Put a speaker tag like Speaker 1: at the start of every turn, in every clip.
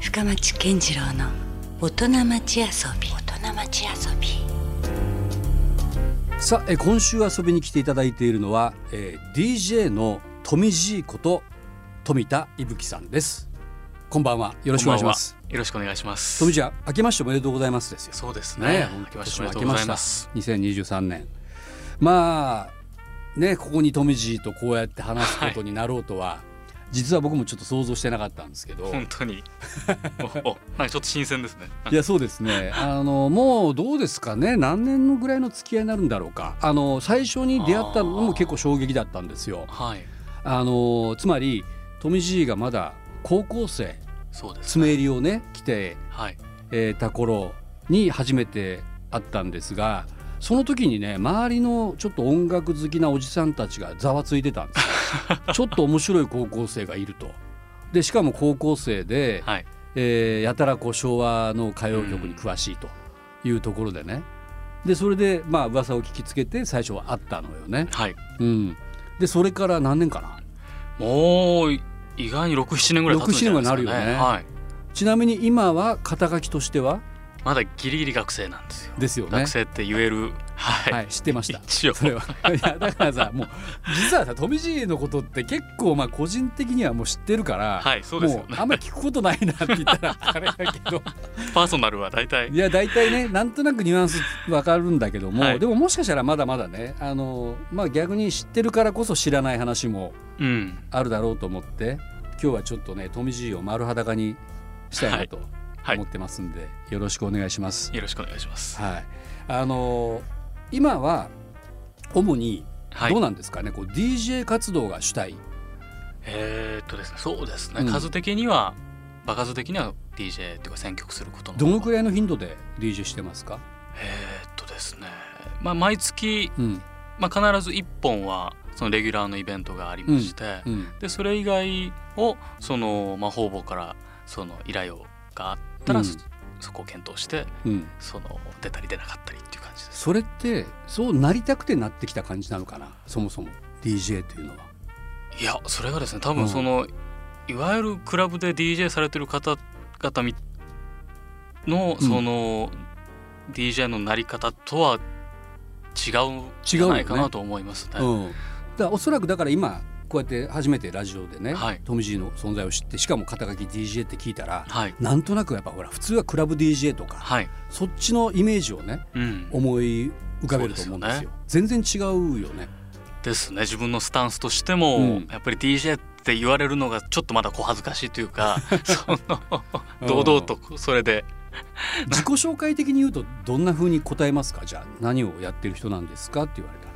Speaker 1: 深町健次郎の大人町遊び大人町遊び
Speaker 2: さあ、えー今週遊びに来ていただいているのは、えー DJ の富爺こと富田伊吹さんですこんばんはよろしくお願いします
Speaker 3: こんばんはよろしくお願いします。
Speaker 2: 富爺明けましておめでとうございますですよ
Speaker 3: そうです
Speaker 2: ね
Speaker 3: ね。
Speaker 2: 本
Speaker 3: 明
Speaker 2: 当
Speaker 3: けま
Speaker 2: に
Speaker 3: して
Speaker 2: 年
Speaker 3: お
Speaker 2: も
Speaker 3: め
Speaker 2: 明けま
Speaker 3: でとうござ
Speaker 2: し
Speaker 3: い
Speaker 2: た
Speaker 3: ます。
Speaker 2: 2023年まあねここに富爺とこうやって話すことになろうとは、実は僕もちょっと想像してなかったんですけど
Speaker 3: 本当に。 おお、なんかちょっと新鮮ですね。
Speaker 2: いやそうですねあのもうどうですかね何年のぐらいの付き合いになるんだろうかあの最初に出会ったのも結構衝撃だったんですよ
Speaker 3: はい。
Speaker 2: あのつまり富爺がまだ高校生
Speaker 3: そうです、
Speaker 2: 爪襟をね着て
Speaker 3: はい。
Speaker 2: えーた頃に初めて会ったんですがその時にね周りのちょっと音楽好きなおじさんたちがざわついてたんですよちょっと面白い高校生がいると。でしかも高校生で、
Speaker 3: はい。
Speaker 2: えーやたらこう昭和の歌謡曲に詳しいというところでね、でそれでまあ噂を聞きつけて最初は会ったのよね。
Speaker 3: はい。
Speaker 2: うん、でそれから何年かな
Speaker 3: もう、意外に六七年ぐらい経つんじゃないですか、ね。
Speaker 2: 6 7年はなるよね
Speaker 3: はい。
Speaker 2: ちなみに今は肩書きとしては
Speaker 3: まだギリギリ学生なんですよ。
Speaker 2: ですよね。
Speaker 3: 学生って言える。はい。
Speaker 2: はい、知ってました。
Speaker 3: 一応
Speaker 2: それは いやだからさもう実はさ富士のことって結構まあ個人的にはもう知ってるから、
Speaker 3: はいそうですよね
Speaker 2: もうあんまり聞くことないなって言ったらあれだけ ど
Speaker 3: パーソナルは大体
Speaker 2: い。や大体ねなんとなくニュアンスわかるんだけども、
Speaker 3: はい
Speaker 2: でももしかしたらまだまだねあの、まあ、逆に知ってるからこそ知らない話も
Speaker 3: うん。
Speaker 2: あるだろうと思って今日はちょっとね富士を丸裸にしたいなと
Speaker 3: はい
Speaker 2: 思ってますんで、よろしくお願いします。
Speaker 3: よろしくお願いします。
Speaker 2: はい、あのー今は主に
Speaker 3: はい
Speaker 2: どう。なんですかね、こう DJ 活動が主体
Speaker 3: えー、っとですね。そうですね。
Speaker 2: うん
Speaker 3: 数的には。場数的には DJ というか選曲することの
Speaker 2: どのくらいの頻度で DJ してますか、
Speaker 3: えー、っとですね、まあ、毎月
Speaker 2: うん
Speaker 3: まあ、必ず1本はそのレギュラーのイベントがありまして、
Speaker 2: うん
Speaker 3: でそれ以外をその、まあ、方々からその依頼をがあったら、
Speaker 2: うん
Speaker 3: そそこを検討して
Speaker 2: うん、
Speaker 3: その出たり出なかったりっていう感じです。
Speaker 2: それってそうなりたくてなってきた感じなのかなそもそも DJ というのは。
Speaker 3: いやそれがですね多
Speaker 2: うん
Speaker 3: 分その、いわゆるクラブで DJ されてる方々みの
Speaker 2: うん
Speaker 3: その、DJ のなり方とは違う
Speaker 2: 違
Speaker 3: ん
Speaker 2: う
Speaker 3: じ
Speaker 2: よ
Speaker 3: ゃ
Speaker 2: ね
Speaker 3: ないかなと思いますね。
Speaker 2: うん、だからおそらくだから今こうやって初めてラジオでね、
Speaker 3: はい
Speaker 2: トミジーの存在を知ってしかも肩書き DJ って聞いたら
Speaker 3: はい、
Speaker 2: なんとなくやっぱほら普通はクラブ DJ とか
Speaker 3: はい、
Speaker 2: そっちのイメージをね
Speaker 3: うん、
Speaker 2: 思い浮かべると思うんですよ。全然違うよね。
Speaker 3: ですね自分のスタンスとしても、
Speaker 2: うん
Speaker 3: やっぱり DJ って言われるのがちょっとまだ小恥ずかしいとい うかその堂々とそれで
Speaker 2: 自己紹介的に言うとどんな風に答えますかじゃあ何をやってる人なんですかって言われたら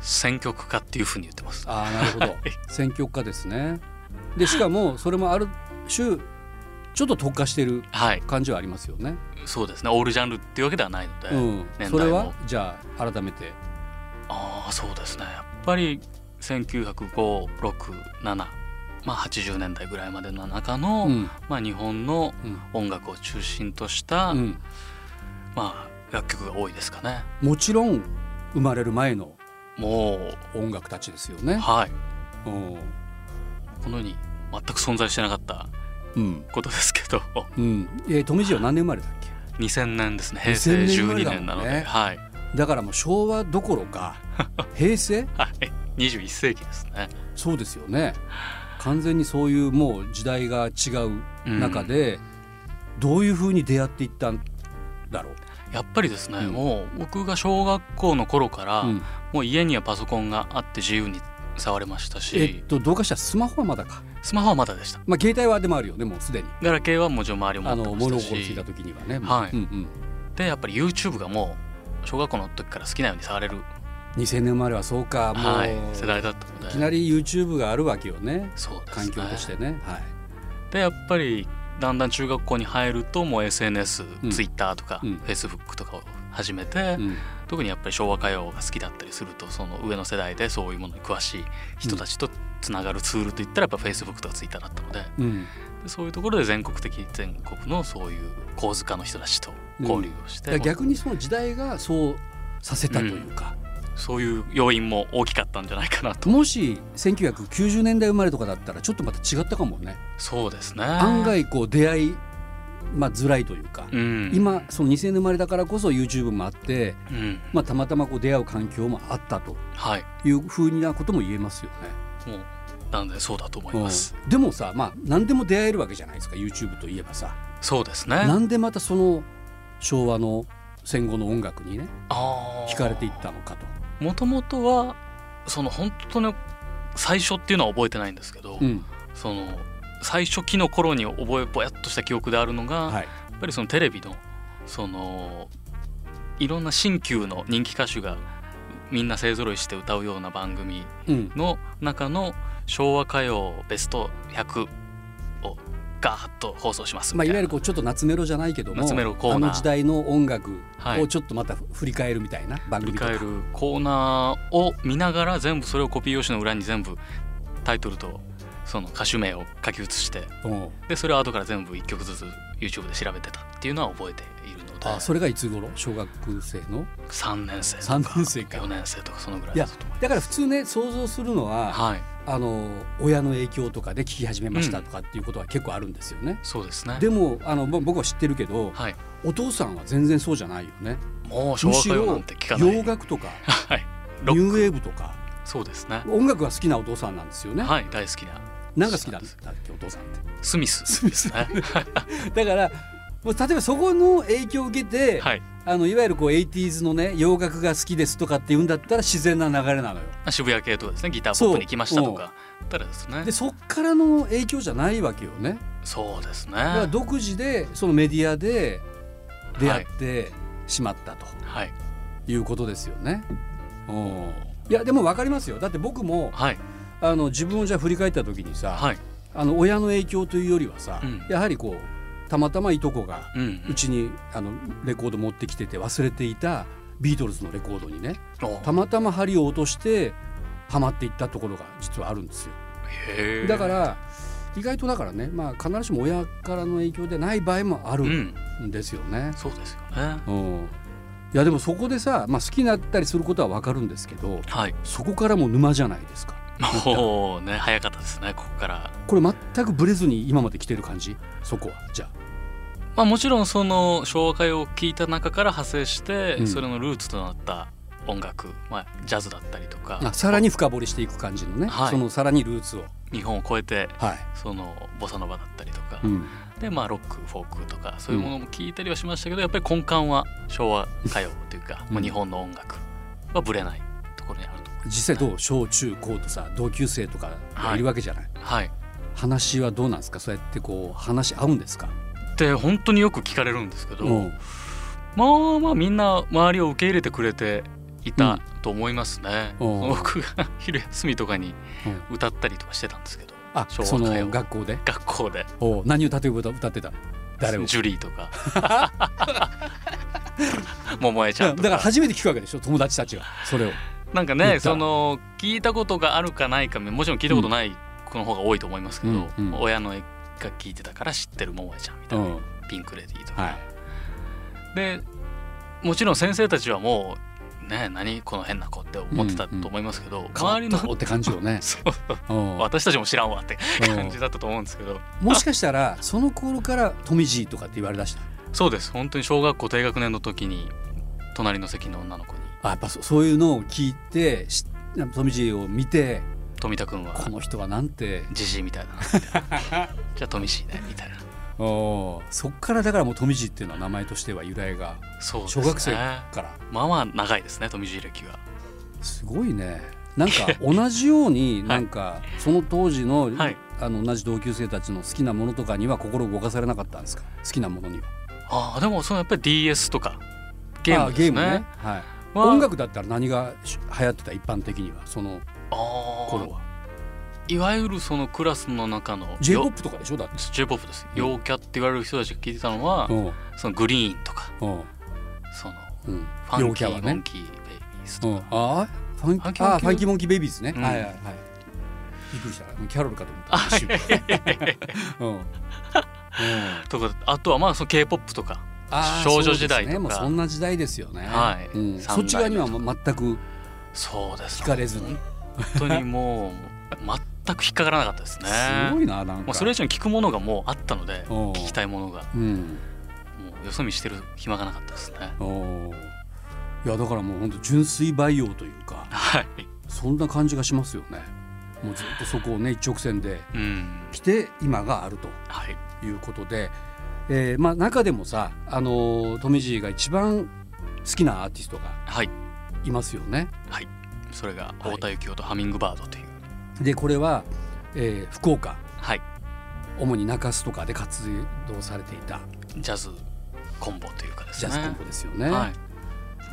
Speaker 3: 選曲家っていうふうに言ってます。
Speaker 2: ああな るほど選曲家ですねでしかもそれもある種ちょっと特化してる
Speaker 3: はい
Speaker 2: 感じはありますよね、
Speaker 3: そうですねオールジャンルっていうわけではないので、
Speaker 2: うん、
Speaker 3: 年代も
Speaker 2: それはじゃあ改めて
Speaker 3: ああそうですねやっぱり19567まあ80年代ぐらいまでの中の、
Speaker 2: うん
Speaker 3: まあ、日本の
Speaker 2: うん
Speaker 3: 音楽を中心とした、
Speaker 2: うん
Speaker 3: まあ、楽曲が多いですかね。
Speaker 2: もちろん生まれる前の
Speaker 3: もう
Speaker 2: 音楽たちですよね、
Speaker 3: はい
Speaker 2: うん
Speaker 3: この世に全く存在してなかった
Speaker 2: うん
Speaker 3: ことですけど
Speaker 2: うんえー、富士は何年生まれだっけ
Speaker 3: 2000年ですね平成
Speaker 2: 2000
Speaker 3: 12
Speaker 2: 年
Speaker 3: 年なので、
Speaker 2: ね
Speaker 3: はい、
Speaker 2: だからもう昭和どころ か平成
Speaker 3: はい、21世紀ですね、
Speaker 2: そうですよね完全にそういうもう時代が違う
Speaker 3: うん
Speaker 2: 中でどういうふうに出会っていったんだろう、
Speaker 3: やっぱりですね、
Speaker 2: うん
Speaker 3: もう僕が小学校の頃から、
Speaker 2: うん
Speaker 3: もう家にはパソコンがあって自由に触れました
Speaker 2: えっ
Speaker 3: し
Speaker 2: とどうかしたらスマホはまだか、
Speaker 3: スマホはまだでした
Speaker 2: まあ、携帯はでもあるよねもうすでに
Speaker 3: ガラケーはもちろん周りを持
Speaker 2: あの
Speaker 3: ってまし
Speaker 2: 物
Speaker 3: た
Speaker 2: 心つい
Speaker 3: した
Speaker 2: 時にはね、
Speaker 3: はい
Speaker 2: うんうん、
Speaker 3: でやっぱり YouTube がもう小学校の時から好きなように触れる、
Speaker 2: 2000年生まれはそうかもう、
Speaker 3: はい
Speaker 2: い、、
Speaker 3: 世代だったので
Speaker 2: きなり YouTube があるわけよね
Speaker 3: そうです
Speaker 2: 環
Speaker 3: ね
Speaker 2: 境としてねはい、
Speaker 3: でやっぱりだんだん中学校に入るともう SNS、
Speaker 2: うん
Speaker 3: Twitter とか、
Speaker 2: うん
Speaker 3: Facebook とかを始めて、
Speaker 2: うん
Speaker 3: 特にやっぱり昭和歌謡が好きだったりするとその上の世代でそういうものに詳しい人たちとつながるツールといったらやっぱ Facebook とか Twitter だったので
Speaker 2: うん、
Speaker 3: でそういうところで全国的全国のそういう構図家の人たちと交流をし
Speaker 2: だから
Speaker 3: て、
Speaker 2: 逆にその時代がそうさせたというか、
Speaker 3: そういう要因も大きかったんじゃないかなと
Speaker 2: もし1990年代生まれとかだったらちょっとまた違ったかもね
Speaker 3: そうですね
Speaker 2: 案外こう出会いまあ、辛いというか、
Speaker 3: うん、
Speaker 2: 今その2000年生まれだからこそ YouTube もあって、
Speaker 3: うん
Speaker 2: まあ、たまたまこう出会う環境もあったと
Speaker 3: はい
Speaker 2: いうふうなことも言えますよね。
Speaker 3: もうなのでそうだと思います、
Speaker 2: うんでもさ、まあ、何でも出会えるわけじゃないですか YouTube といえばさ。
Speaker 3: そうですね
Speaker 2: なんでまたその昭和の戦後の音楽にね
Speaker 3: あ
Speaker 2: 惹かれていったのかと。
Speaker 3: もともとはその本当の最初っていうのは覚えてないんですけど、
Speaker 2: うん
Speaker 3: その最初期の頃に覚えぼやっとした記憶であるのが、
Speaker 2: はい
Speaker 3: やっぱりそのテレビのそのいろんな新旧の人気歌手がみんな勢ぞろいして歌うような番組
Speaker 2: うん
Speaker 3: の中の昭和歌謡ベスト100をガーッと放送します
Speaker 2: ま
Speaker 3: み
Speaker 2: あ、
Speaker 3: た
Speaker 2: いわゆ
Speaker 3: いな、
Speaker 2: るこうちょっと夏メロじゃないけども
Speaker 3: 夏メロコー
Speaker 2: あ
Speaker 3: ナー
Speaker 2: の時代の音楽
Speaker 3: はい
Speaker 2: をちょっとまた振り返るみたいな番組
Speaker 3: 振り
Speaker 2: とか、
Speaker 3: 返るコーナーを見ながら全部それをコピー用紙の裏に全部タイトルとその歌手名を書き写して
Speaker 2: うん
Speaker 3: でそれを後から全部1曲ずつ YouTube で調べてたっていうのは覚えているので
Speaker 2: あそれがいつ頃小学生の
Speaker 3: 3年生とか
Speaker 2: 3年生か
Speaker 3: 4年生とかそのぐらい
Speaker 2: い
Speaker 3: だ
Speaker 2: や
Speaker 3: と思い
Speaker 2: だから普通ね想像するのは、
Speaker 3: ます。はい
Speaker 2: あの親の影響とかで聞き始めましたとかっていうことは結構あるんですよね。
Speaker 3: そうですね。
Speaker 2: でもあのぼ僕は知ってるけど、
Speaker 3: はい。
Speaker 2: お父さんは全然そうじゃないよね。
Speaker 3: もう昭
Speaker 2: む
Speaker 3: 和
Speaker 2: し
Speaker 3: 歌謡なん
Speaker 2: ろ
Speaker 3: て聞かない。
Speaker 2: 洋楽とか
Speaker 3: はい。
Speaker 2: ニ
Speaker 3: ロ
Speaker 2: ュ
Speaker 3: ッ
Speaker 2: ーウェーブとか
Speaker 3: クそうですね。
Speaker 2: 音楽が好きなお父さんなんですよね。
Speaker 3: はい、大好きな
Speaker 2: なんか好きなんだっけお父さんって。
Speaker 3: スミスですね。
Speaker 2: だからもう例えばそこの影響を受けて、
Speaker 3: はい。
Speaker 2: あのいわゆるこう 80s のね洋楽が好きですとかって言うんだったら自然な流れなのよ。
Speaker 3: 渋谷系とかですね、ギター
Speaker 2: そう
Speaker 3: ポップに行きましたとか。ただですね
Speaker 2: で。そっからの影響じゃないわけよね。
Speaker 3: そうですね。
Speaker 2: だから
Speaker 3: は
Speaker 2: 独自でそのメディアで出会ってしまったと
Speaker 3: い。
Speaker 2: いうことですよね。うんいやでも分かりますよだって僕も
Speaker 3: はい。
Speaker 2: あの自分をじゃあ振り返った時にさ、
Speaker 3: はい。
Speaker 2: あの親の影響というよりはさ、
Speaker 3: うん
Speaker 2: やはりこうたまたまいとこが
Speaker 3: うんう。
Speaker 2: うんちにあのレコード持ってきてて忘れていたビートルズのレコードにね
Speaker 3: お
Speaker 2: たまたま針を落としてハマっていったところが実はあるんですよ。
Speaker 3: へえ。
Speaker 2: だか。ら意外とだからね、まあ、必ずしも親からの影響でない場合もあ
Speaker 3: う
Speaker 2: る
Speaker 3: ん。
Speaker 2: んですよね。
Speaker 3: そうですよね。
Speaker 2: うんいやでもそこでさ、まあ、好きになったりすることは分かるんですけど
Speaker 3: はい。
Speaker 2: そこからもう沼じゃないですか
Speaker 3: もうね、早かったですね。ここから。
Speaker 2: これ全くブレずに今まで来てる感じそこはじゃ
Speaker 3: まあ、もちろんその昭和歌謡を聞いた中から派生して、
Speaker 2: うん
Speaker 3: それのルーツとなった音楽、まあ、ジャズだったりとか
Speaker 2: ああさらに深掘りしていく感じのね、
Speaker 3: はい
Speaker 2: そのさらにルーツを
Speaker 3: 日本を超えて
Speaker 2: はい、
Speaker 3: そのボサノバだったりとか、
Speaker 2: うん
Speaker 3: でまあロックフォークとかそういうものも聞いたりはしましたけど、やっぱり根幹は昭和歌謡というか、
Speaker 2: うん
Speaker 3: まあ、日本の音楽はぶれないところにあると
Speaker 2: 実際どう小中高とさ同級生とかがいるわけじゃない、
Speaker 3: はい
Speaker 2: 話はどうなんですかそうやってこう話し合うんですか
Speaker 3: で本当によく聞かれるんですけど、
Speaker 2: うん
Speaker 3: まあまあみんな周りを受け入れてくれていたと思いますね、
Speaker 2: うん
Speaker 3: 僕が昼休みとかに歌ったりとかしてたんですけど
Speaker 2: あ
Speaker 3: 昭和
Speaker 2: そ
Speaker 3: 歌謡
Speaker 2: の学校で
Speaker 3: 学校で
Speaker 2: おう何歌って歌ってた誰を
Speaker 3: ジュリーとか 桃江ちゃ
Speaker 2: だ
Speaker 3: んと
Speaker 2: か
Speaker 3: から
Speaker 2: 初めて聞くわけでしょ友達たちがそれを
Speaker 3: なんか
Speaker 2: 言っ
Speaker 3: ね
Speaker 2: た
Speaker 3: その聞いたことがあるかないかもちろん聞いたことない子の方が多いと思いますけど、
Speaker 2: うんうん
Speaker 3: 親の絵が聞いてたから知ってる桃江ちゃんみた
Speaker 2: う
Speaker 3: いな、
Speaker 2: んは
Speaker 3: ピンク・レディーとか、
Speaker 2: い
Speaker 3: でもちろん先生たちはもうね何この変な子って思ってたと思いますけど、周りの
Speaker 2: 変わったって感じよね
Speaker 3: そう
Speaker 2: うん
Speaker 3: 私たちも知らんわって
Speaker 2: うん
Speaker 3: 感じだったと思うんですけど、
Speaker 2: もしかしたらその頃から富爺とかって言われだした
Speaker 3: そうです本当に小学校低学年の時に隣の席の女の子に
Speaker 2: あやっぱそそういうのを聞いてし富爺を見て
Speaker 3: 富田君は
Speaker 2: この人はなんて
Speaker 3: ジジイみた いだなみたいなじゃあ富士ねみたいな
Speaker 2: おそっからだからもう富爺っていうのは名前としては由来が
Speaker 3: そうです
Speaker 2: 小
Speaker 3: ね
Speaker 2: 学生から
Speaker 3: まあまあ長いですね富士歴は
Speaker 2: すごいねなん か同じようになんかその当時の,、
Speaker 3: はい
Speaker 2: あの同じ同級生たちの好きなものとかには心動かされなかったんですか好きなものには
Speaker 3: ああでもそのやっぱり DS とかゲームですね
Speaker 2: あゲームね、はい
Speaker 3: は
Speaker 2: 音楽だったら何がし流行ってた一般的にはその
Speaker 3: ああ
Speaker 2: 頃はい
Speaker 3: わゆるそのクラスの中の
Speaker 2: j p o
Speaker 3: よ
Speaker 2: p とかでしょだって
Speaker 3: J-POP です
Speaker 2: うん
Speaker 3: 陽キャって言われる人たちが聞いてたのは、
Speaker 2: うんうん
Speaker 3: そのグリーンとかその
Speaker 2: うん
Speaker 3: ファン
Speaker 2: 陽
Speaker 3: キ
Speaker 2: キャ
Speaker 3: ー、
Speaker 2: は
Speaker 3: モン
Speaker 2: ね
Speaker 3: キーベイビーズ
Speaker 2: う
Speaker 3: と
Speaker 2: ん
Speaker 3: か、
Speaker 2: あーファンキ
Speaker 3: ファンキー
Speaker 2: ーあ
Speaker 3: モンキー
Speaker 2: ーファンキーモンキーベイビーですね、
Speaker 3: うん
Speaker 2: はいはいはいびっくりしたキャロルかと思った一瞬 うんうん
Speaker 3: とかあとはまあその K-POP とか
Speaker 2: あー
Speaker 3: 少女時
Speaker 2: そう
Speaker 3: 代とか
Speaker 2: ですねもうそんな時代ですよね、
Speaker 3: はい
Speaker 2: うん、
Speaker 3: 三代目とか
Speaker 2: そっち側には全く
Speaker 3: そうです
Speaker 2: 惹かれずに
Speaker 3: 本当にもうく引っかからなかったですね
Speaker 2: すごいななん
Speaker 3: も
Speaker 2: か
Speaker 3: うそれ以上に聞くものがもうあったので
Speaker 2: おう
Speaker 3: 聞きたいものが
Speaker 2: うん
Speaker 3: もうよそ見してる暇がなかったですね
Speaker 2: おーいやだからもう本当純粋培養というか
Speaker 3: はい
Speaker 2: そんな感じがしますよねもうずっとそこをね一直線で
Speaker 3: うん
Speaker 2: 来て今があると
Speaker 3: はい
Speaker 2: いうことで、えーまあ、中でもさ、あのー、富爺が一番好きなアーティストが
Speaker 3: はい
Speaker 2: いますよね。
Speaker 3: はいそれが太田幸男とハミングバードという
Speaker 2: でこれは、えー福岡
Speaker 3: はい
Speaker 2: 主に中洲とかで活動されていた
Speaker 3: ジャズコンボというかです
Speaker 2: ジ
Speaker 3: ね
Speaker 2: ャズコンボですよね。
Speaker 3: はい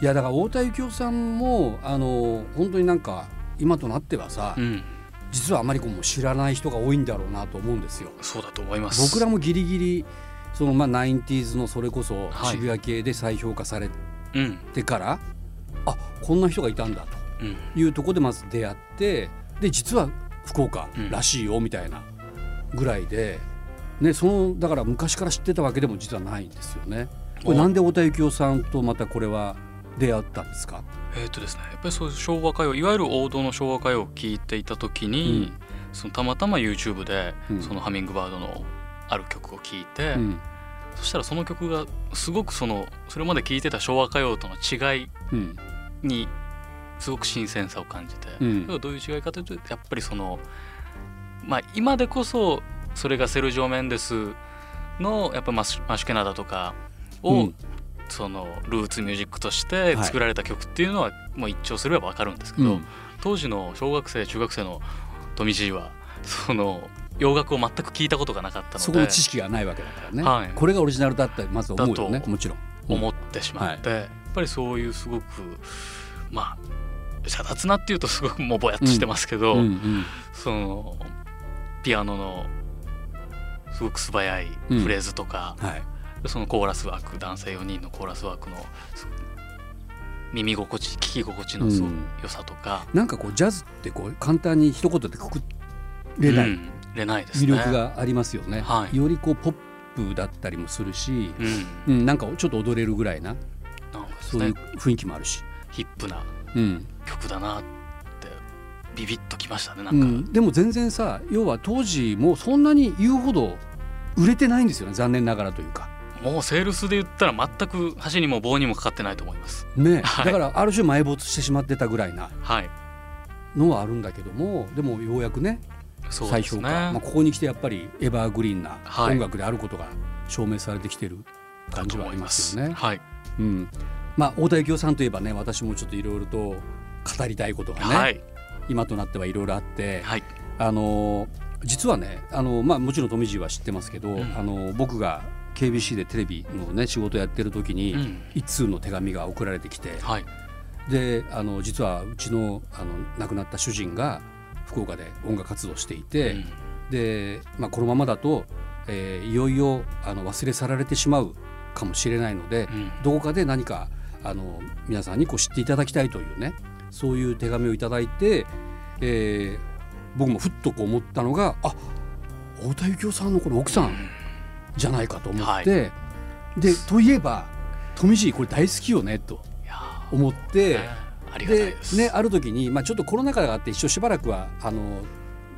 Speaker 2: い、やだから太田幸夫さんも、あのー本当になんか今となってはさ、
Speaker 3: うん
Speaker 2: 実はあまりこうもう知らない人が多いんだろうなと思うんですよ。
Speaker 3: そうだと思います
Speaker 2: 僕らもギリギリそのまあ 90s のそれこそ
Speaker 3: はい
Speaker 2: 渋谷系で再評価され
Speaker 3: うん
Speaker 2: てから、あこんな人がいたんだと
Speaker 3: うん
Speaker 2: いうとこでまず出会ってで実は福岡
Speaker 3: うん
Speaker 2: らしいよみたいなぐらいで、ね、そのだから昔から知ってたわけでも実はないんですよね。これ
Speaker 3: お
Speaker 2: なんで太田幸夫さんとまたこれは出会ったんですか、
Speaker 3: えーとですね、やっぱりそういう昭和歌謡いわゆる王道の昭和歌謡を聞いていた時に、そのたまたま YouTube で、
Speaker 2: うん
Speaker 3: そのハミングバードのある曲を聴いて、
Speaker 2: うん
Speaker 3: そしたらその曲がすごくそのそれまで聴いてた昭和歌謡との違い
Speaker 2: うん
Speaker 3: にすごく新鮮さを感じて、
Speaker 2: うん
Speaker 3: どういう違いかというとやっぱりその、まあ、今でこそ「それがセルジオ・メンデス」のやっぱマシュマシュケナダとかを、
Speaker 2: うん
Speaker 3: そのルーツミュージックとして作られた曲っていうのは、もう一聴すれば分かるんですけ
Speaker 2: う
Speaker 3: ど、
Speaker 2: ん
Speaker 3: 当時の小学生中学生の富士はその洋楽を全く聞いたことがなかった
Speaker 2: そ
Speaker 3: の
Speaker 2: この
Speaker 3: で
Speaker 2: 知識がないわけだからね、
Speaker 3: はい
Speaker 2: これがオリジナルだったらまず思うよね
Speaker 3: だと
Speaker 2: もちろん。
Speaker 3: 思ってしまって、やっぱりそういうすごくまあ遮奪なっていうとすごくもうぼやっとしてますけど、
Speaker 2: うんうん
Speaker 3: そのピアノのすごく素早いフレーズとか、
Speaker 2: はい
Speaker 3: そのコーラスワーク男性4人のコーラスワークのす耳心地聞き心地のすごく良さとか、
Speaker 2: なんかこうジャズってこう簡単に一言でくくれな
Speaker 3: う
Speaker 2: い
Speaker 3: んれないです
Speaker 2: 魅
Speaker 3: ね。
Speaker 2: 力がありますよね。
Speaker 3: はい
Speaker 2: よりこうポップだったりもするし、
Speaker 3: うん、
Speaker 2: うん、なんかちょっと踊れるぐらいな
Speaker 3: なんかです
Speaker 2: そういう
Speaker 3: ね
Speaker 2: 雰囲気もあるし、
Speaker 3: ヒップな
Speaker 2: うん
Speaker 3: 曲だなってビビッときましたねな
Speaker 2: うん
Speaker 3: か、
Speaker 2: ん、でも全然さ要は当時もうそんなに言うほど売れてないんですよね残念ながらというか。
Speaker 3: もうセールスで言ったら全く箸にも棒にもかかってないと思います
Speaker 2: ね、
Speaker 3: はい
Speaker 2: だからある種埋没してしまってたぐらいな
Speaker 3: はい
Speaker 2: のはあるんだけどもでもようやくね
Speaker 3: そう
Speaker 2: 再
Speaker 3: です
Speaker 2: 評価、
Speaker 3: ね、
Speaker 2: まあ、ここに来てやっぱりエバーグリーンな
Speaker 3: はい
Speaker 2: 音楽であることが証明されてきてる感じはありますよね。
Speaker 3: はい、
Speaker 2: うん、まあ太田幸夫さんといえばね私もちょっといろいろと語りたいことがね、
Speaker 3: はい
Speaker 2: 今となってはいろいろあって、
Speaker 3: はい
Speaker 2: あの実はねあの、まあ、もちろん富士は知ってますけど、
Speaker 3: ん
Speaker 2: あの僕が KBC でテレビの、ね、仕事やってる時に、
Speaker 3: うん
Speaker 2: 一通の手紙が送られてきて
Speaker 3: はい
Speaker 2: であの実はうちのあの亡くなった主人が福岡で音楽活動していて、
Speaker 3: うん
Speaker 2: で、まあ、このままだと、えーいよいよあの忘れ去られてしまうかもしれないので、
Speaker 3: うん
Speaker 2: どこかで何かあの皆さんにこう知っていただきたいというねそういう手紙をいただいて、えー僕もふっとこう思ったのがあ太田幸夫さんのこの奥さんじゃないかと思って、
Speaker 3: はい
Speaker 2: でといえば富士これ大好きよねと
Speaker 3: いや
Speaker 2: 思って。
Speaker 3: ーねありがたいです
Speaker 2: ね、ある時に、まあ、ちょっとコロナ禍があって一応しばらくはあの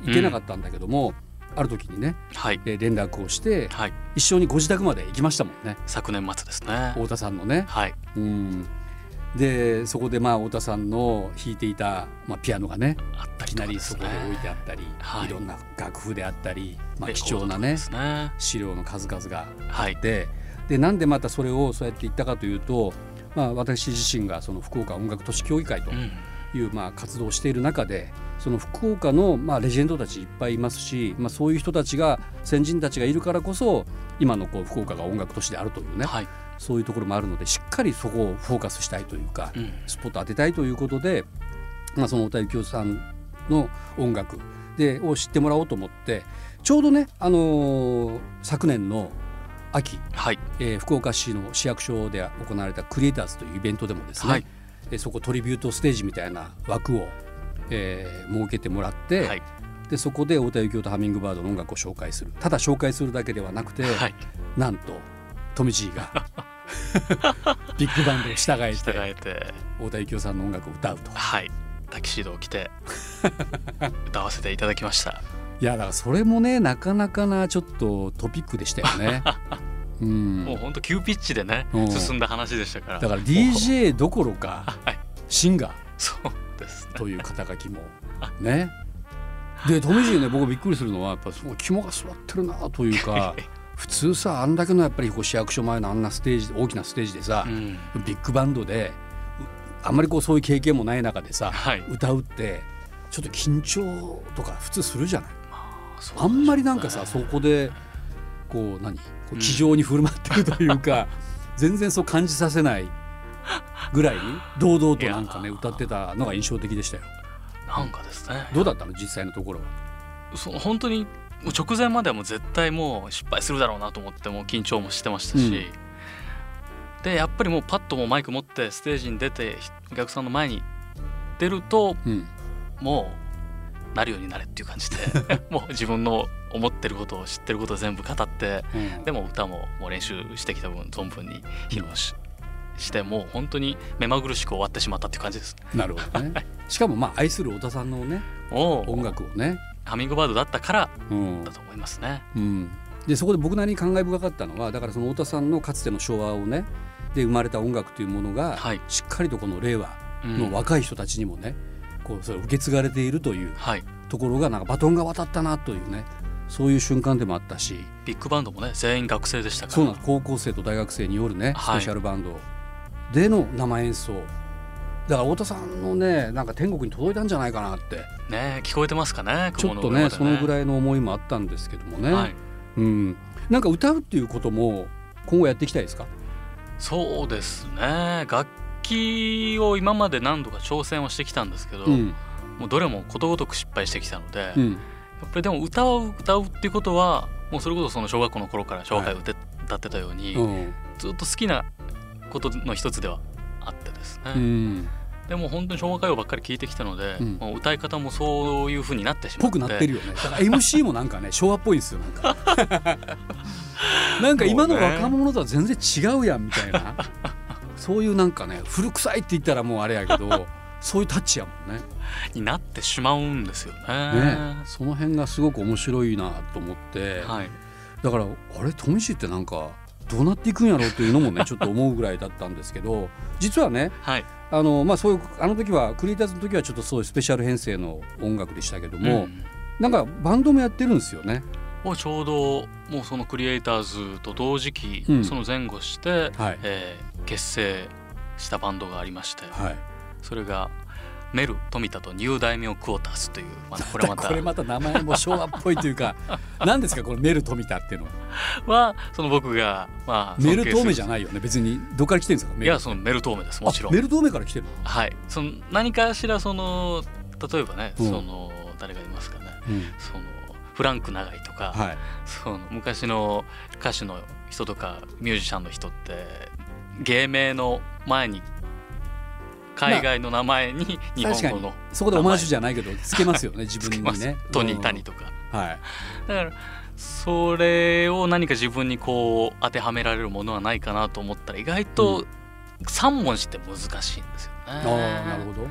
Speaker 2: 行けなかったんだけども、ある時にね、
Speaker 3: はい
Speaker 2: えー連絡をして
Speaker 3: はい
Speaker 2: 一緒にご自宅まで行きましたもんね
Speaker 3: 昨年末ですね
Speaker 2: 太田さんのね。
Speaker 3: はい
Speaker 2: うんでそこでまあ太田さんの弾いていた、まあ、ピアノがね
Speaker 3: あった
Speaker 2: い
Speaker 3: り
Speaker 2: き
Speaker 3: と
Speaker 2: な
Speaker 3: かで
Speaker 2: りそ
Speaker 3: す
Speaker 2: こ
Speaker 3: ね
Speaker 2: で置いてあったり、
Speaker 3: はい
Speaker 2: い、ろんな楽譜であったり、まあ、
Speaker 3: レコード
Speaker 2: 貴重な
Speaker 3: で
Speaker 2: ね
Speaker 3: すね
Speaker 2: 資料の数々が
Speaker 3: はい
Speaker 2: ででなんでまたそれをそうやって言ったかというと、まあ、私自身がその福岡音楽都市協議会と
Speaker 3: うん
Speaker 2: いうまあ活動をしている中でその福岡のまあレジェンドたちいっぱいいますし、まあ、そういう人たちが先人たちがいるからこそ今のこう福岡が音楽都市であるというね、
Speaker 3: はい
Speaker 2: そういうところもあるのでしっかりそこをフォーカスしたいというか、
Speaker 3: うん
Speaker 2: スポット当てたいということで、まあ、その太田幸夫さんの音楽でを知ってもらおうと思ってちょうどね、あのー昨年の秋、
Speaker 3: はい
Speaker 2: えー福岡市の市役所で行われたクリエイターズというイベントでもですね、
Speaker 3: はい
Speaker 2: えーそこトリビュートステージみたいな枠を、えー設けてもらって、
Speaker 3: はい
Speaker 2: でそこで太田幸夫とハミングバードの音楽を紹介するただ紹介するだけではなくて、
Speaker 3: はい
Speaker 2: なんとトミジー がビッグバンドを従えて
Speaker 3: 従
Speaker 2: 太
Speaker 3: えて
Speaker 2: 田幸夫さんの音楽を歌うと
Speaker 3: はいタキシードを 着て歌わせていただきました
Speaker 2: いやだからそれもねなかなかなちょっとトピックでしたよ ね。うん、
Speaker 3: もう
Speaker 2: だ
Speaker 3: ほんと急ピッチでね
Speaker 2: うん
Speaker 3: 進んだ話でしたから
Speaker 2: から DJ どころか
Speaker 3: はい
Speaker 2: シンガー
Speaker 3: そうですね
Speaker 2: という肩書きも ね。で富士ね僕びっくりするのはやっぱすごい肝が座ってるなという か普通さあんだけのやっぱりこう市役所前のあんなステージ大きなステージでさ、
Speaker 3: うん
Speaker 2: ビッグバンドでうあんまりこうそういう経験もない中でさ
Speaker 3: はい
Speaker 2: 歌うってちょっと緊張とか普通するじゃない
Speaker 3: そう
Speaker 2: あんまりなんかさそこでこう何こう気丈に振る舞ってるというか、 全然そう感じさせないぐらい堂々となんかね
Speaker 3: いやー
Speaker 2: 歌ってたのが印象的でしたよ。
Speaker 3: なんかですね
Speaker 2: どうだったの実際のところは。
Speaker 3: そう本当にもう直前まではもう絶対もう失敗するだろうなと思ってもう緊張もしてましたし、でやっぱりもうパッともうマイク持ってステージに出てひお客さんの前に出ると
Speaker 2: うん、
Speaker 3: もうなるようになれっていう感じでもう自分の思ってることを知ってることを全部語ってでも歌ももう練習してきた分存分に披露ししてもう本当に目まぐるしく終わってしまったっていう感じです。
Speaker 2: なるほどね。 しかもまあ愛する太田さんのね
Speaker 3: もう
Speaker 2: 音楽をね。
Speaker 3: ハミングバードだったから
Speaker 2: うん
Speaker 3: だと思いますね。
Speaker 2: うん、でそこで僕なりに感慨深かったのはだからその太田さんのかつての昭和をねで生まれた音楽というものが、
Speaker 3: はい
Speaker 2: しっかりとこの令和
Speaker 3: うん
Speaker 2: の若い人たちにもね、こうそれを受け継がれているという
Speaker 3: はい、
Speaker 2: ところがなんかバトンが渡ったなというねそういう瞬間でもあったし
Speaker 3: ビッグバンドもね全員学生でしたから
Speaker 2: そうなんです高校生と大学生によるねス
Speaker 3: はい
Speaker 2: ペシャルバンドでの生演奏、だから太田さんのねなんか天国に届いたんじゃないかなって
Speaker 3: ね聞こえてますかね
Speaker 2: ちょ
Speaker 3: 雲
Speaker 2: っ
Speaker 3: の
Speaker 2: と
Speaker 3: 上
Speaker 2: ね
Speaker 3: まで
Speaker 2: そのぐらいの思いもあったんですけどもね、
Speaker 3: はい、
Speaker 2: うん、なんか歌うっていうことも今後やっていきたいですか
Speaker 3: そうですね楽器を今まで何度か挑戦をしてきたんですけど、
Speaker 2: うん
Speaker 3: もうどれもことごとく失敗してきたので、
Speaker 2: う
Speaker 3: やっ
Speaker 2: ん
Speaker 3: ぱりでも歌を歌うっていうことはもうそれこそその小学校の頃から紹介を歌ってたように、
Speaker 2: うん
Speaker 3: ずっと好きなことの一つではあってですね、
Speaker 2: うん
Speaker 3: でも本当に昭和歌謡ばっかり聞いてきたので、
Speaker 2: うん
Speaker 3: もう歌い方もそういう風になってしま
Speaker 2: ぽ
Speaker 3: って
Speaker 2: くなってるよねだから MC もなんかね昭和っぽいんですよなんか なんか今の若者とは全然違うやんみたい なそういうなんかね古臭いって言ったらもうあれやけどそういうタッチやもんね
Speaker 3: になってしまうんですよね。
Speaker 2: ねその辺がすごく面白いなと思って、
Speaker 3: はい、
Speaker 2: だからあれ富士ってなんかどうなっていくんやろうというのも ねちょっと思うぐらいだったんですけど実はね
Speaker 3: はい、
Speaker 2: あのまあそういうあの時はクリエイターズの時はちょっとそういうスペシャル編成の音楽でしたけども、
Speaker 3: ん
Speaker 2: なんかバンドもやってるんですよね。
Speaker 3: をちょうどもうそのクリエイターズと同時期、
Speaker 2: うん
Speaker 3: その前後して、
Speaker 2: はい
Speaker 3: えー結成したバンドがありまして
Speaker 2: はい。
Speaker 3: それがメル富田とニュー大名クォーターズという、まあ、これまた
Speaker 2: これまた名前も昭和っぽいという か何ですかこのメルトミタっていうのは
Speaker 3: はその僕がまあ
Speaker 2: メルトメじゃ
Speaker 3: い
Speaker 2: ないよね別にどっから来てるんですか
Speaker 3: い
Speaker 2: メル
Speaker 3: やそのメルトーメですもちろ
Speaker 2: あメ
Speaker 3: ん
Speaker 2: ルトメから来てる
Speaker 3: はいその何かしらその例えばね、
Speaker 2: うん
Speaker 3: その誰がいますかね
Speaker 2: の、うん
Speaker 3: そのフランク長井とか、
Speaker 2: はい
Speaker 3: その昔の歌手の人とかミュージシャンの人って芸名の前に海外の名前に日
Speaker 2: 確か
Speaker 3: 本語
Speaker 2: に
Speaker 3: の
Speaker 2: そこでオマージュじゃないけどつけますよね自
Speaker 3: つけ
Speaker 2: 分
Speaker 3: ま
Speaker 2: に
Speaker 3: す、
Speaker 2: ね
Speaker 3: トニー・タニ
Speaker 2: うん
Speaker 3: とか
Speaker 2: はい
Speaker 3: だからそれを何か自分にこう当てはめられるものはないかなと思ったら意外
Speaker 2: う
Speaker 3: と3文字って難しいんですよね。
Speaker 2: ああなるほど、うん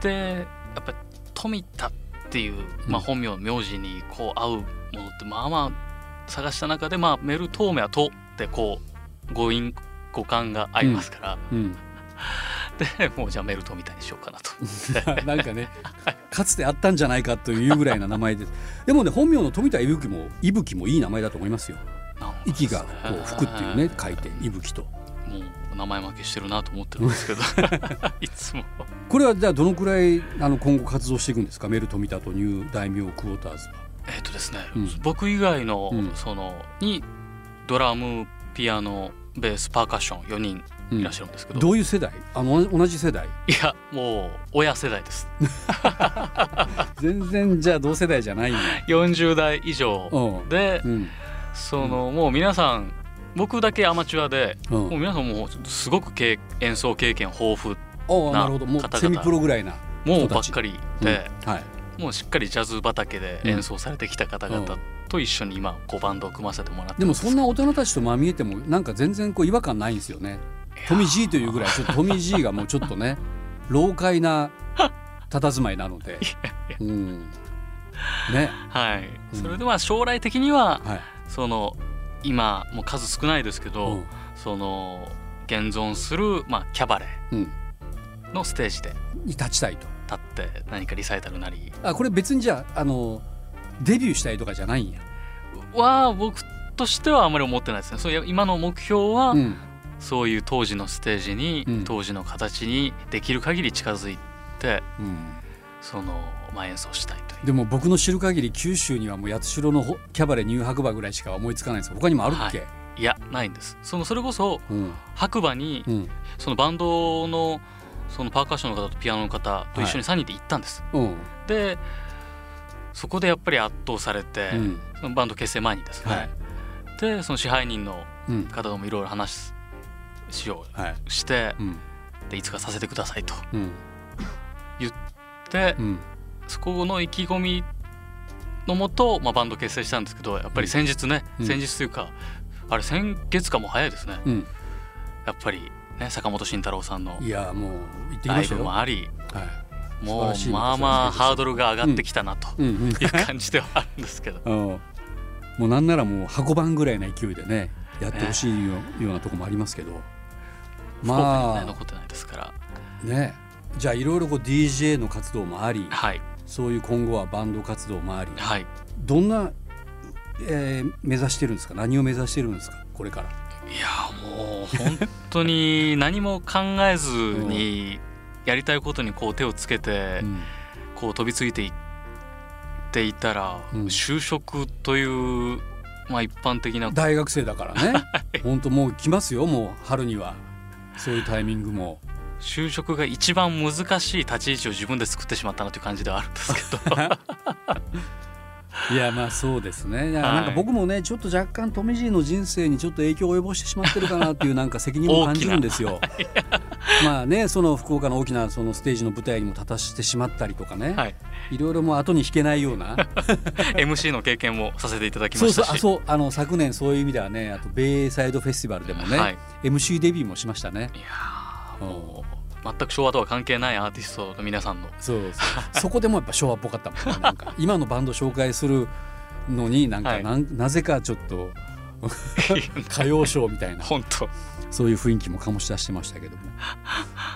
Speaker 3: でやっぱり富田っていう、まあ、
Speaker 2: うん
Speaker 3: 本名名字にこう合うものってまあまあ探した中で、まあ、メルトーメは「と」ってこう語音語感が合いますから、
Speaker 2: うん、
Speaker 3: でもうじゃあメルトみたいにしようかなと
Speaker 2: なん かねかつてあったんじゃないかというぐらいな名前ですでもね本名の富田伊吹も伊吹もいい名前だと思いますよ息がこう吹くっていうね書いて伊吹と
Speaker 3: もう名前負けしてるなと思ってるんですけど いつも
Speaker 2: これはじゃあどのくらいあの今後活動していくんですかメル富田とニュー大名クォーターズは。
Speaker 3: えっ、とですね、
Speaker 2: うん
Speaker 3: 僕以外の、
Speaker 2: うん
Speaker 3: そのにドラムピアノベースパーカッション4人いらっしゃるんですけど、
Speaker 2: どういう世代あの同じ世代
Speaker 3: いやもう親世代です
Speaker 2: 全然じゃあ同世代じゃないんだ。
Speaker 3: 40代以上
Speaker 2: うん
Speaker 3: で
Speaker 2: うん
Speaker 3: そのもう皆さん僕だけアマチュアで、
Speaker 2: う、
Speaker 3: もうん皆さんもうすごく経演奏経験豊富
Speaker 2: ああなるほども
Speaker 3: 方
Speaker 2: う
Speaker 3: 々
Speaker 2: セミプロぐらいな、
Speaker 3: もうばっかり
Speaker 2: うん
Speaker 3: で、
Speaker 2: はい、
Speaker 3: もうしっかりジャズ畑で演奏されてきた方
Speaker 2: う
Speaker 3: 々
Speaker 2: ん
Speaker 3: と一緒に今こうバンドを組ませてもらって
Speaker 2: でもそんな
Speaker 3: お
Speaker 2: 大人たちとまみえてもなんか全然こう違和感 ないんですよねトミー G というぐらいちょっとトミー G がもうちょっとね老快な佇まいなので、うん、ね、
Speaker 3: はい、
Speaker 2: うん
Speaker 3: それでは将来的には
Speaker 2: はい、
Speaker 3: その今もう数少ないですけど、
Speaker 2: うん
Speaker 3: その現存する、まあ、キャバレ
Speaker 2: うん、
Speaker 3: ーのステージで
Speaker 2: に立ちたいと。
Speaker 3: 立って何かリサイタルなり
Speaker 2: あ、これ別にじゃあ、あの、デビューしたいとかじゃないんや。
Speaker 3: は僕としてはあまり思ってないですねそういや今の目標は、
Speaker 2: うん、
Speaker 3: そういう当時のステージに、
Speaker 2: うん
Speaker 3: 当時の形にできる限り近づいて
Speaker 2: うん。
Speaker 3: その、まあ、演奏したいという
Speaker 2: でも僕の知る限り九州にはもう八代のほキャバレーニューハクバぐらいしか思いつかないんですよ他にもあるっけ、
Speaker 3: いやないんですそのそれこそ
Speaker 2: うん
Speaker 3: 白馬に
Speaker 2: うん
Speaker 3: そのバンドのそのパーカッションの方とピアノの方と一緒に3人で行ったんです、
Speaker 2: うん
Speaker 3: でそこでやっぱり圧倒されて、
Speaker 2: うん
Speaker 3: そのバンド結成前にですね、
Speaker 2: はい
Speaker 3: でその支配人の
Speaker 2: うん
Speaker 3: 方ともいろいろ話すしよ
Speaker 2: はいう
Speaker 3: して
Speaker 2: うん
Speaker 3: でいつかさせてくださいと
Speaker 2: うん
Speaker 3: で
Speaker 2: うん
Speaker 3: そこの意気込みのもと、まあ、バンド結成したんですけどやっぱり先日ね、
Speaker 2: うん
Speaker 3: 先日というかあれ先月かも早いですね
Speaker 2: うん
Speaker 3: やっぱりね坂本慎太郎さんの
Speaker 2: いやもう行ってき
Speaker 3: ラ
Speaker 2: ま
Speaker 3: イ
Speaker 2: した
Speaker 3: ブ
Speaker 2: よ
Speaker 3: もあり
Speaker 2: はい
Speaker 3: も
Speaker 2: 素晴らし
Speaker 3: う
Speaker 2: い
Speaker 3: まあまあハードルが上がってきたなと
Speaker 2: うんうん
Speaker 3: いう 感じではあるんですけど
Speaker 2: あのもうなんならもう箱番ぐらいの勢いでねやってほしいよ,、ようなとこもありますけど
Speaker 3: 福岡にはね
Speaker 2: ま
Speaker 3: 残ってないですから
Speaker 2: あねじゃあいろいろこう DJ の活動もあり
Speaker 3: はい
Speaker 2: そういう今後はバンド活動もあり
Speaker 3: はい
Speaker 2: どんな、えー目指してるんですか何を目指してるんですかこれから
Speaker 3: いやもう本当に何も考えず にやりたいことにこう手をつけて
Speaker 2: うん
Speaker 3: こう飛びついていっていたら
Speaker 2: うん
Speaker 3: 就職というまあ一般的な
Speaker 2: 大学生だから ね本当もう来ますよもう春にはそういうタイミングも
Speaker 3: 就職が一番難しい立ち位置を自分で作ってしまったなという感じではあるんですけ ど
Speaker 2: いやまあそうですねいや
Speaker 3: はい
Speaker 2: なんか僕もねちょっと若干トミジーの人生にちょっと影響を及ぼしてしまってるかなっていうなんか責任も感じるんですよ まあねその福岡の大きなそのステージの舞台にも立たしてしまったりとかね、、
Speaker 3: はいい
Speaker 2: ろいろもう後に引けないような
Speaker 3: MC の経験もさせていただき
Speaker 2: そ
Speaker 3: ま
Speaker 2: う
Speaker 3: し
Speaker 2: そう
Speaker 3: た
Speaker 2: あ
Speaker 3: し
Speaker 2: そうあの昨年そういう意味ではねあとベイサイドフェスティバルでもね、
Speaker 3: はい
Speaker 2: MC デビューもしましたね
Speaker 3: いやーもう全く昭和とは関係ないアーティストの皆さんの
Speaker 2: そう そうそこでもやっぱ昭和っぽかったもん,、ね、なんか今のバンド紹介するのになんか、
Speaker 3: はい
Speaker 2: なんなぜかちょっ と歌謡ショーみたいな
Speaker 3: 本当
Speaker 2: そういう雰囲気も醸し出してましたけども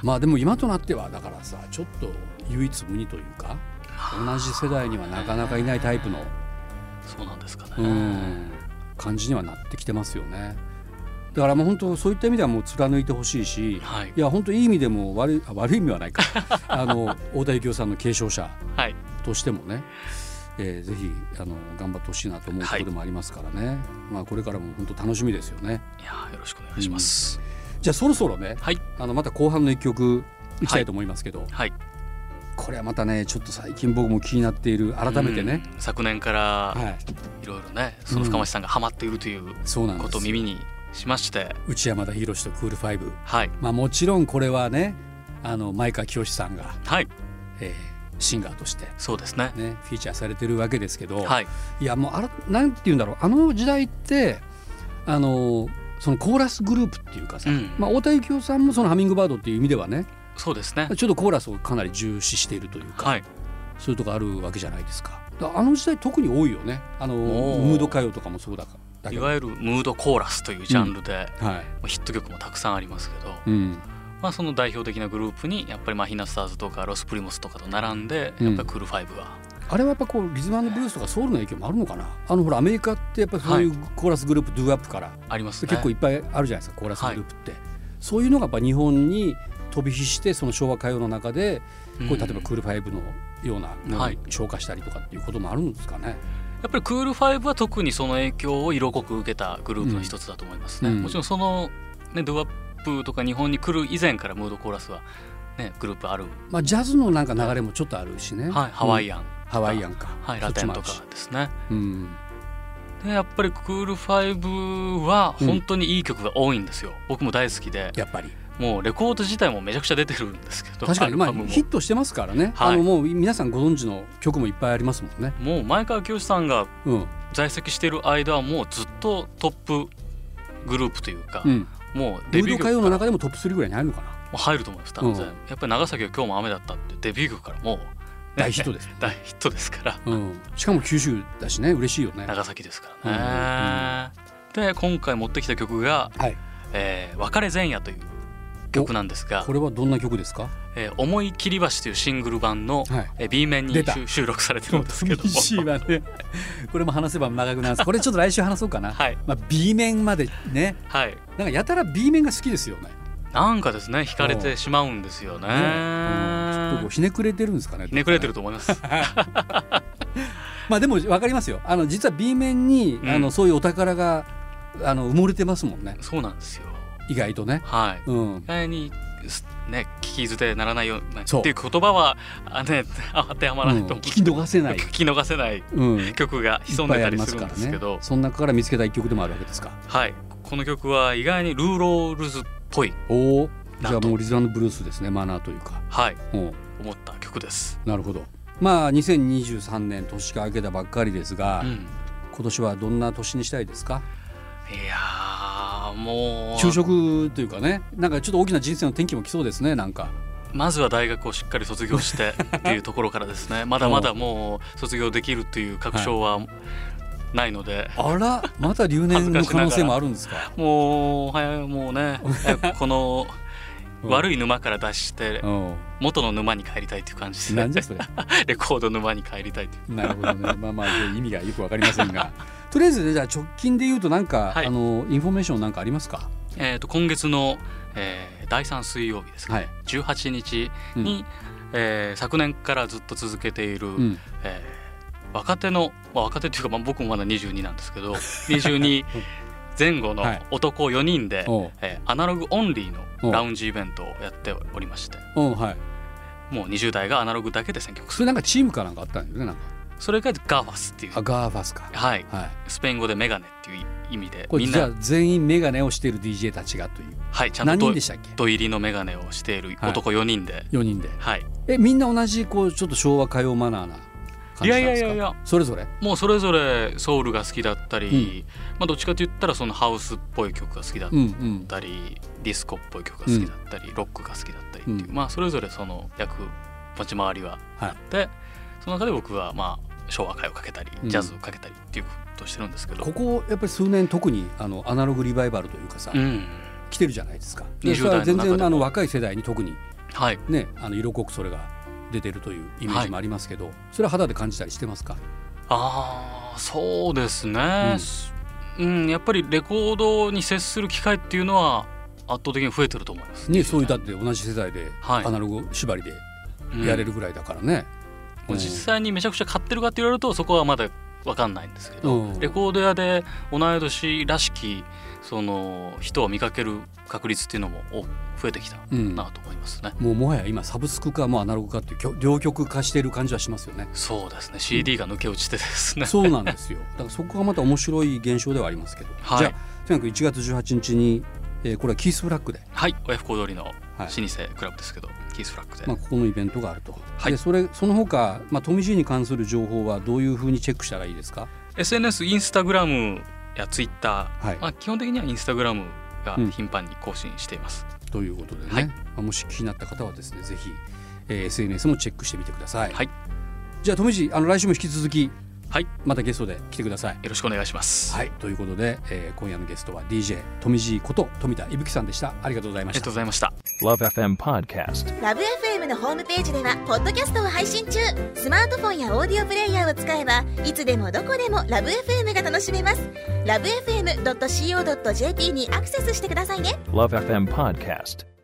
Speaker 2: まあでも今となってはだからさちょっと唯一無二というか同じ世代にはなかなかいないタイプの
Speaker 3: そうなんですかね
Speaker 2: うん感じにはなってきてますよね。だからもう本当そういった意味ではもう貫いてほしいし、
Speaker 3: はい
Speaker 2: いや本当いい意味でも悪いあ悪い意味はないかあの太田幸夫さんの継承者
Speaker 3: はい
Speaker 2: としてもね、えーぜひあの頑張ってほしいなと思うところでもありますからね、まあ、これからも本当楽しみですよね
Speaker 3: いやーよろしくお願いします、
Speaker 2: じゃあそろそろね
Speaker 3: はい
Speaker 2: あのまた後半の一曲いきたいと思いますけど、
Speaker 3: はい
Speaker 2: これはまたねちょっと最近僕も気になっている改めてね、
Speaker 3: うん昨年から
Speaker 2: はい、
Speaker 3: いろいろねその深町さんがハマっているという
Speaker 2: そうなん
Speaker 3: こ
Speaker 2: で
Speaker 3: とを
Speaker 2: す
Speaker 3: 耳にしまして
Speaker 2: 内山田博とクールファイブ、
Speaker 3: はい
Speaker 2: まあ、もちろんこれはねあの前川清さんが、
Speaker 3: はい
Speaker 2: えーシンガーとして、
Speaker 3: そうですね
Speaker 2: ね、フィーチャーされてるわけですけど、
Speaker 3: はい
Speaker 2: いやもうあらなんて言うんだろうあの時代ってあのそのコーラスグループっていうかさ、
Speaker 3: うん
Speaker 2: まあ、太田幸夫さんもその「ハミングバード」っていう意味ではね
Speaker 3: そうですね
Speaker 2: ちょっとコーラスをかなり重視しているというか、
Speaker 3: はい
Speaker 2: そういうとこあるわけじゃないですかだからあの時代特に多いよねあの
Speaker 3: おー
Speaker 2: ムード歌謡とかもそうだかだ
Speaker 3: い
Speaker 2: けど
Speaker 3: わゆるムードコーラスというジャンルで、
Speaker 2: はい
Speaker 3: まあヒット曲もたくさんありますけど、
Speaker 2: うん
Speaker 3: まあ、その代表的なグループにやっぱりまあヒナスターズとかロスプリモスとかと並んで
Speaker 2: うん
Speaker 3: やっぱりクールファイブは、
Speaker 2: あれはやっぱこうリズムブルースとかソウルの影響もあるのかなあのほらアメリカってやっぱりそういうコーラスグループ、ドゥアップから
Speaker 3: ありますね
Speaker 2: 結構いっぱいあるじゃないですかコーラスグループって、そういうのがやっぱ日本に飛び火してその昭和歌謡の中でこ
Speaker 3: う
Speaker 2: うん例えばクールファイブのようなもの
Speaker 3: はい
Speaker 2: に昇華したりとかっていうこともあるんですかね。
Speaker 3: やっぱりクールファイブは特にその影響を色濃く受けたグループの一つだと思いますね、
Speaker 2: うん
Speaker 3: もちろんその、ね、ドゥアップとか日本に来る以前からムードコーラスは、ね、グループある、
Speaker 2: まあジャズのなんか流れもちょっとあるしね。
Speaker 3: はい、ハワイアン、
Speaker 2: うんハワイアンか。
Speaker 3: はい、
Speaker 2: そ
Speaker 3: ラ
Speaker 2: っ
Speaker 3: テ
Speaker 2: ち
Speaker 3: ン
Speaker 2: もあ
Speaker 3: と
Speaker 2: るし
Speaker 3: か。ですね
Speaker 2: うん。
Speaker 3: でやっぱりクールファイブは本当にいい曲が多いんですよ、僕も大好きで
Speaker 2: やっぱり
Speaker 3: もうレコード自体もめちゃくちゃ出てるんですけど
Speaker 2: 確かにま
Speaker 3: ア
Speaker 2: あ
Speaker 3: ルバムも
Speaker 2: ヒットしてますからね。
Speaker 3: はい
Speaker 2: あのもう皆さんご存知の曲もいっぱいありますもんね。
Speaker 3: もう前川清さんが
Speaker 2: うん。
Speaker 3: 在籍してる間はもうずっとトップグループというか、
Speaker 2: うん。
Speaker 3: もう
Speaker 2: ム
Speaker 3: デ
Speaker 2: ー
Speaker 3: ビュー
Speaker 2: ド
Speaker 3: 曲
Speaker 2: 歌
Speaker 3: から
Speaker 2: 謡の中でもトップ3ぐらいに入るのかな。
Speaker 3: もう入ると思います多分、
Speaker 2: うん
Speaker 3: やっぱり長崎は今日も雨だったってデビュー曲からもう
Speaker 2: 大ヒットです、
Speaker 3: 大ヒットですから
Speaker 2: うん、しかも九州だしね嬉しいよね
Speaker 3: 長崎ですからね。で今回持ってきた曲が
Speaker 2: はい
Speaker 3: 「えー別れ前夜」という曲なんですが
Speaker 2: これはどんな曲ですか
Speaker 3: 「えー思い切り橋」というシングル版の
Speaker 2: はい
Speaker 3: えー B 面に
Speaker 2: 出た
Speaker 3: 収収録されてるんです けども。
Speaker 2: 寂しいわねこれも話せば長くなるんですこれちょっと来週話そうかな、
Speaker 3: はい
Speaker 2: まあ、B 面までね
Speaker 3: はい、
Speaker 2: なんかやたら B 面が好きですよね
Speaker 3: なんかですね惹かれてしまうんですよね。
Speaker 2: うんちょっとこうひねくれてるんですかね
Speaker 3: ひねくれてると思います。
Speaker 2: まあでも分かりますよあの実は B 面に、
Speaker 3: うん
Speaker 2: あのそういうお宝があの埋もれてますもんね
Speaker 3: そうなんですよ。
Speaker 2: 意外とね
Speaker 3: はい。
Speaker 2: うん
Speaker 3: 意外にすね聞き捨てならないような
Speaker 2: そう
Speaker 3: っていう言葉はあね当てはまらないと思
Speaker 2: う
Speaker 3: うんん
Speaker 2: 聞き逃せない
Speaker 3: 聞き逃せない
Speaker 2: うん
Speaker 3: 曲が 潜んでたりするんですけど
Speaker 2: その中から見つけた一曲でもあるわけですか
Speaker 3: はいこの曲は意外にルーロールズっぽい
Speaker 2: おおじ
Speaker 3: なん
Speaker 2: ゃあ
Speaker 3: と
Speaker 2: もうリズムブルースですねマナーというか
Speaker 3: はい
Speaker 2: うん
Speaker 3: 思った曲です。
Speaker 2: なるほどまあ2023年年が明けたばっかりですが、
Speaker 3: うん、
Speaker 2: 今年はどんな年にしたいですか
Speaker 3: いやーもう
Speaker 2: 昼食というかねなんかちょっと大きな人生の転機も来そうですねなんか
Speaker 3: まずは大学をしっかり卒業してっていうところからです ねまだまだもう卒業できるという確証はないので、
Speaker 2: あらまた留年の可能性もあるんですか
Speaker 3: もう早いもうねえこの
Speaker 2: うん
Speaker 3: 悪い沼から脱して
Speaker 2: うん
Speaker 3: 元の沼に帰りたいという感じ
Speaker 2: な
Speaker 3: で
Speaker 2: んじゃそれ
Speaker 3: レコード沼に帰りたいという
Speaker 2: なるほどねまあまあ意味がよくわかりませんがとりあえずねじゃあ直近で言うとなんか、
Speaker 3: はい
Speaker 2: あのインフォメーションなんかありますか
Speaker 3: えー、と今月の、えー第3水曜日ですか、
Speaker 2: はい、
Speaker 3: 18日
Speaker 2: うん
Speaker 3: に、えー昨年からずっと続けている、
Speaker 2: うん、
Speaker 3: えー若手の、まあ、若手というか、まあ、僕もまだ22なんです けど22前後の
Speaker 2: はい
Speaker 3: 男4人で、
Speaker 2: おう
Speaker 3: えーアナログオンリー
Speaker 2: お
Speaker 3: のラウンジイベントをやっておりまして
Speaker 2: おうはい
Speaker 3: もう20代がアナログだけで選曲す
Speaker 2: それなんかチームかなんかあったんだよねなんか
Speaker 3: るそれがガーファスっていう
Speaker 2: あ、ガーファスか
Speaker 3: はい、
Speaker 2: はい
Speaker 3: スペイン語でメガネっていう意味で
Speaker 2: これ
Speaker 3: みん
Speaker 2: じゃあ
Speaker 3: な、
Speaker 2: 全員メガネをしている DJ たちがという
Speaker 3: はい、ちゃ
Speaker 2: 何
Speaker 3: んと
Speaker 2: 人
Speaker 3: ド
Speaker 2: でしたっけ
Speaker 3: ド入りのメガネをしている男4人で、
Speaker 2: 4人で
Speaker 3: はい、
Speaker 2: えみんな同じこうちょっと昭和歌謡マナーな感じなんですか
Speaker 3: いやいやいやいや
Speaker 2: それぞれ
Speaker 3: もうそれぞれソウルが好きだったり、まあ、どっちかと言ったらそのハウスっぽい曲が好きだっ
Speaker 2: うんうん
Speaker 3: たり、ディスコっぽい曲が好きだったり、ロックが好きだったりっていう、
Speaker 2: うん
Speaker 3: まあそれぞれその役持ち回りはあって、その中で僕はまあ昭和歌謡をかけたり
Speaker 2: うん
Speaker 3: ジャズをかけたりっていうことをしてるんですけど、
Speaker 2: ここやっぱり数年特にあのアナログリバイバルというかさ、
Speaker 3: うん
Speaker 2: 来てるじゃないですか
Speaker 3: 20
Speaker 2: でそれは
Speaker 3: 代の
Speaker 2: 全
Speaker 3: 中で
Speaker 2: 然
Speaker 3: も
Speaker 2: あの若い世代に特に
Speaker 3: はい
Speaker 2: ねあの色濃くそれが出てるというイメージもありますけど、それは肌で感じたりしてますか
Speaker 3: あーそうですね、うんやっぱりレコードに接する機会っていうのは圧倒的に増えてると思います
Speaker 2: ねそういうだって同じ世代で
Speaker 3: はい
Speaker 2: アナログ縛りでやれるぐらいだからね、
Speaker 3: もう
Speaker 2: うん
Speaker 3: 実際にめちゃくちゃ買ってるかって言われるとそこはまだ分かんないんですけど、
Speaker 2: うん
Speaker 3: レコード屋で同い年らしきその人を見かける確率っていうのもお増えてきた
Speaker 2: うん
Speaker 3: なと思いますね。
Speaker 2: もうもはや今サブスクかもうアナログかっていうきょ両極化している感じはしますよ ね
Speaker 3: そうですね CD が抜け落ちてですね、
Speaker 2: そうなんですよだからそこがまた面白い現象ではありますけど、
Speaker 3: はい
Speaker 2: じゃあとにかく1月18日に、えーこれはキースブラックで、
Speaker 3: はい親不孝通りの老
Speaker 2: はい
Speaker 3: 舗クラブですけど、キースフラッグで、
Speaker 2: まあ、ここのイベントがあると、
Speaker 3: はい
Speaker 2: でそれその他、まあ、トミー・ジーに関する情報はどういうふうにチェックしたらいいですか
Speaker 3: SNS インスタグラムやツイッター、
Speaker 2: はい
Speaker 3: まあ、基本的にはインスタグラムが
Speaker 2: うん
Speaker 3: 頻繁に更新しています。
Speaker 2: ということでね、
Speaker 3: はい
Speaker 2: まあ、もし気になった方はですねぜひ、えー SNS もチェックしてみてください、
Speaker 3: はい
Speaker 2: じゃあトミー・ジーあの来週も引き続き
Speaker 3: はいよ
Speaker 2: またゲストで来てください
Speaker 3: ろしくお願いします、
Speaker 2: はいということで、えー今夜のゲストは DJ トミー・ジーこと富田伊吹さんでしたありがとうござい
Speaker 3: あ
Speaker 2: ま
Speaker 3: り
Speaker 2: し
Speaker 3: がと
Speaker 2: た
Speaker 3: うございました。
Speaker 4: Love FM Podcast.
Speaker 5: ラブ f m のホームページではポッドキャストを配信中スマートフォンやオーディオプレイヤーを使えばいつでもどこでもラブ f m が楽しめますラブ FM.co.jp にアクセスしてくださいね
Speaker 4: Love FM Podcast.